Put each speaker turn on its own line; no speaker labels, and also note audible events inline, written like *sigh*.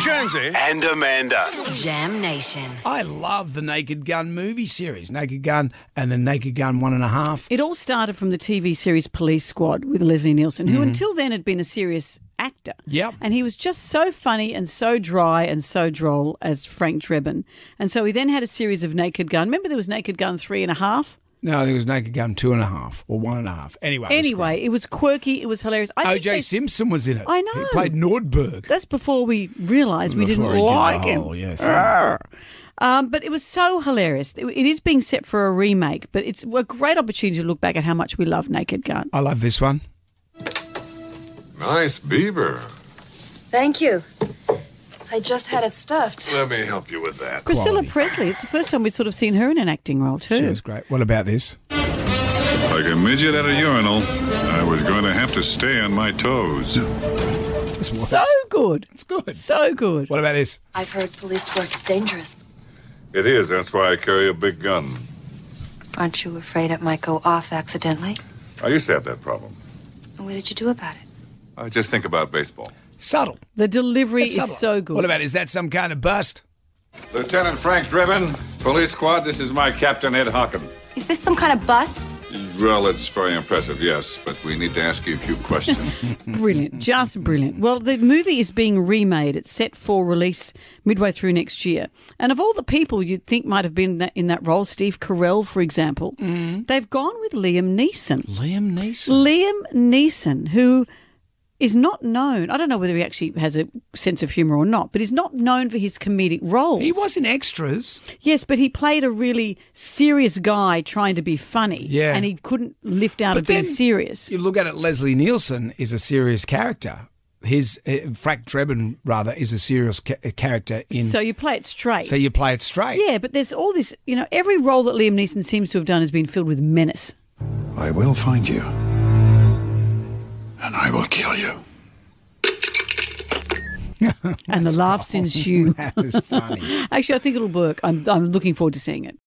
Jonesy and Amanda.
Jam Nation.
I love the Naked Gun movie series, Naked Gun and then Naked Gun One and a Half.
It all started from the TV series Police Squad with Leslie Nielsen, who until then had been a serious actor.
Mm-hmm. Yep.
And he was just so funny and so dry and so droll as Frank Drebin. And so he then had a series of Naked Gun. Remember there was Naked Gun three and a half?
No, I think it was Naked Gun Two and a Half or One and a Half. Anyway, it was
Anyway, it was quirky, it was hilarious. I
great.
think they-
OJ Simpson was in it.
I know.
He played Nordberg.
that's before we realised we
Before
didn't
he did the
like him.
whole, yeah, thing.
Arr. Um, but it was so hilarious. It it is being set for a remake, but it's a great opportunity to look back at how much we love Naked Gun.
I love this one.
Nice beaver.
Thank you. I just had it stuffed.
Let me help you with that.
Priscilla Presley, it's the first time we've sort of seen her in an acting role, too.
She was great. What about this?
Like a midget at a urinal, I was going to have to stay on my toes.
This was-
So good.
it's good.
So good.
What about this?
I've heard police work is dangerous.
It is. That's why I carry a big gun.
Aren't you afraid it might go off accidentally?
I used to have that problem.
And what did you do about it?
I just think about baseball.
Subtle.
The delivery
It's
is
subtle.
so good.
What about is that some kind of bust?
Lieutenant Frank Driven, police squad. This is my captain, Ed Hockin.
Is this some kind of bust?
Well, it's very impressive, yes, but we need to ask you a
*laughs*
few questions.
Mm-hmm.
Mm-hmm.
brilliant. Just brilliant. Well, the movie is being remade. It's set for release midway through next year. And of all the people you'd think might have been in that, in that role, Steve Carell, for example, they've gone with Liam Neeson.
Mm-hmm. Liam Neeson.
Liam Neeson, who is not known. I don't know whether he actually has a sense of humour or not, but he's not known for his comedic roles.
He was in extras.
Yes, but he played a really serious guy trying to be funny.
Yeah.
And he couldn't lift out
But
of being
then-
serious.
You look at it, Leslie Nielsen is a serious character. His uh, Frank Drebin, rather, is a serious ca- character in.
so you play it straight.
so you play it straight.
yeah, but there's all this, you know, every role that Liam Neeson seems to have done has been filled with menace.
I will find you. And I will kill you.
And the laughs ensue.
that is funny. *laughs*
Actually, I think it'll work. I'm, I'm looking forward to seeing it.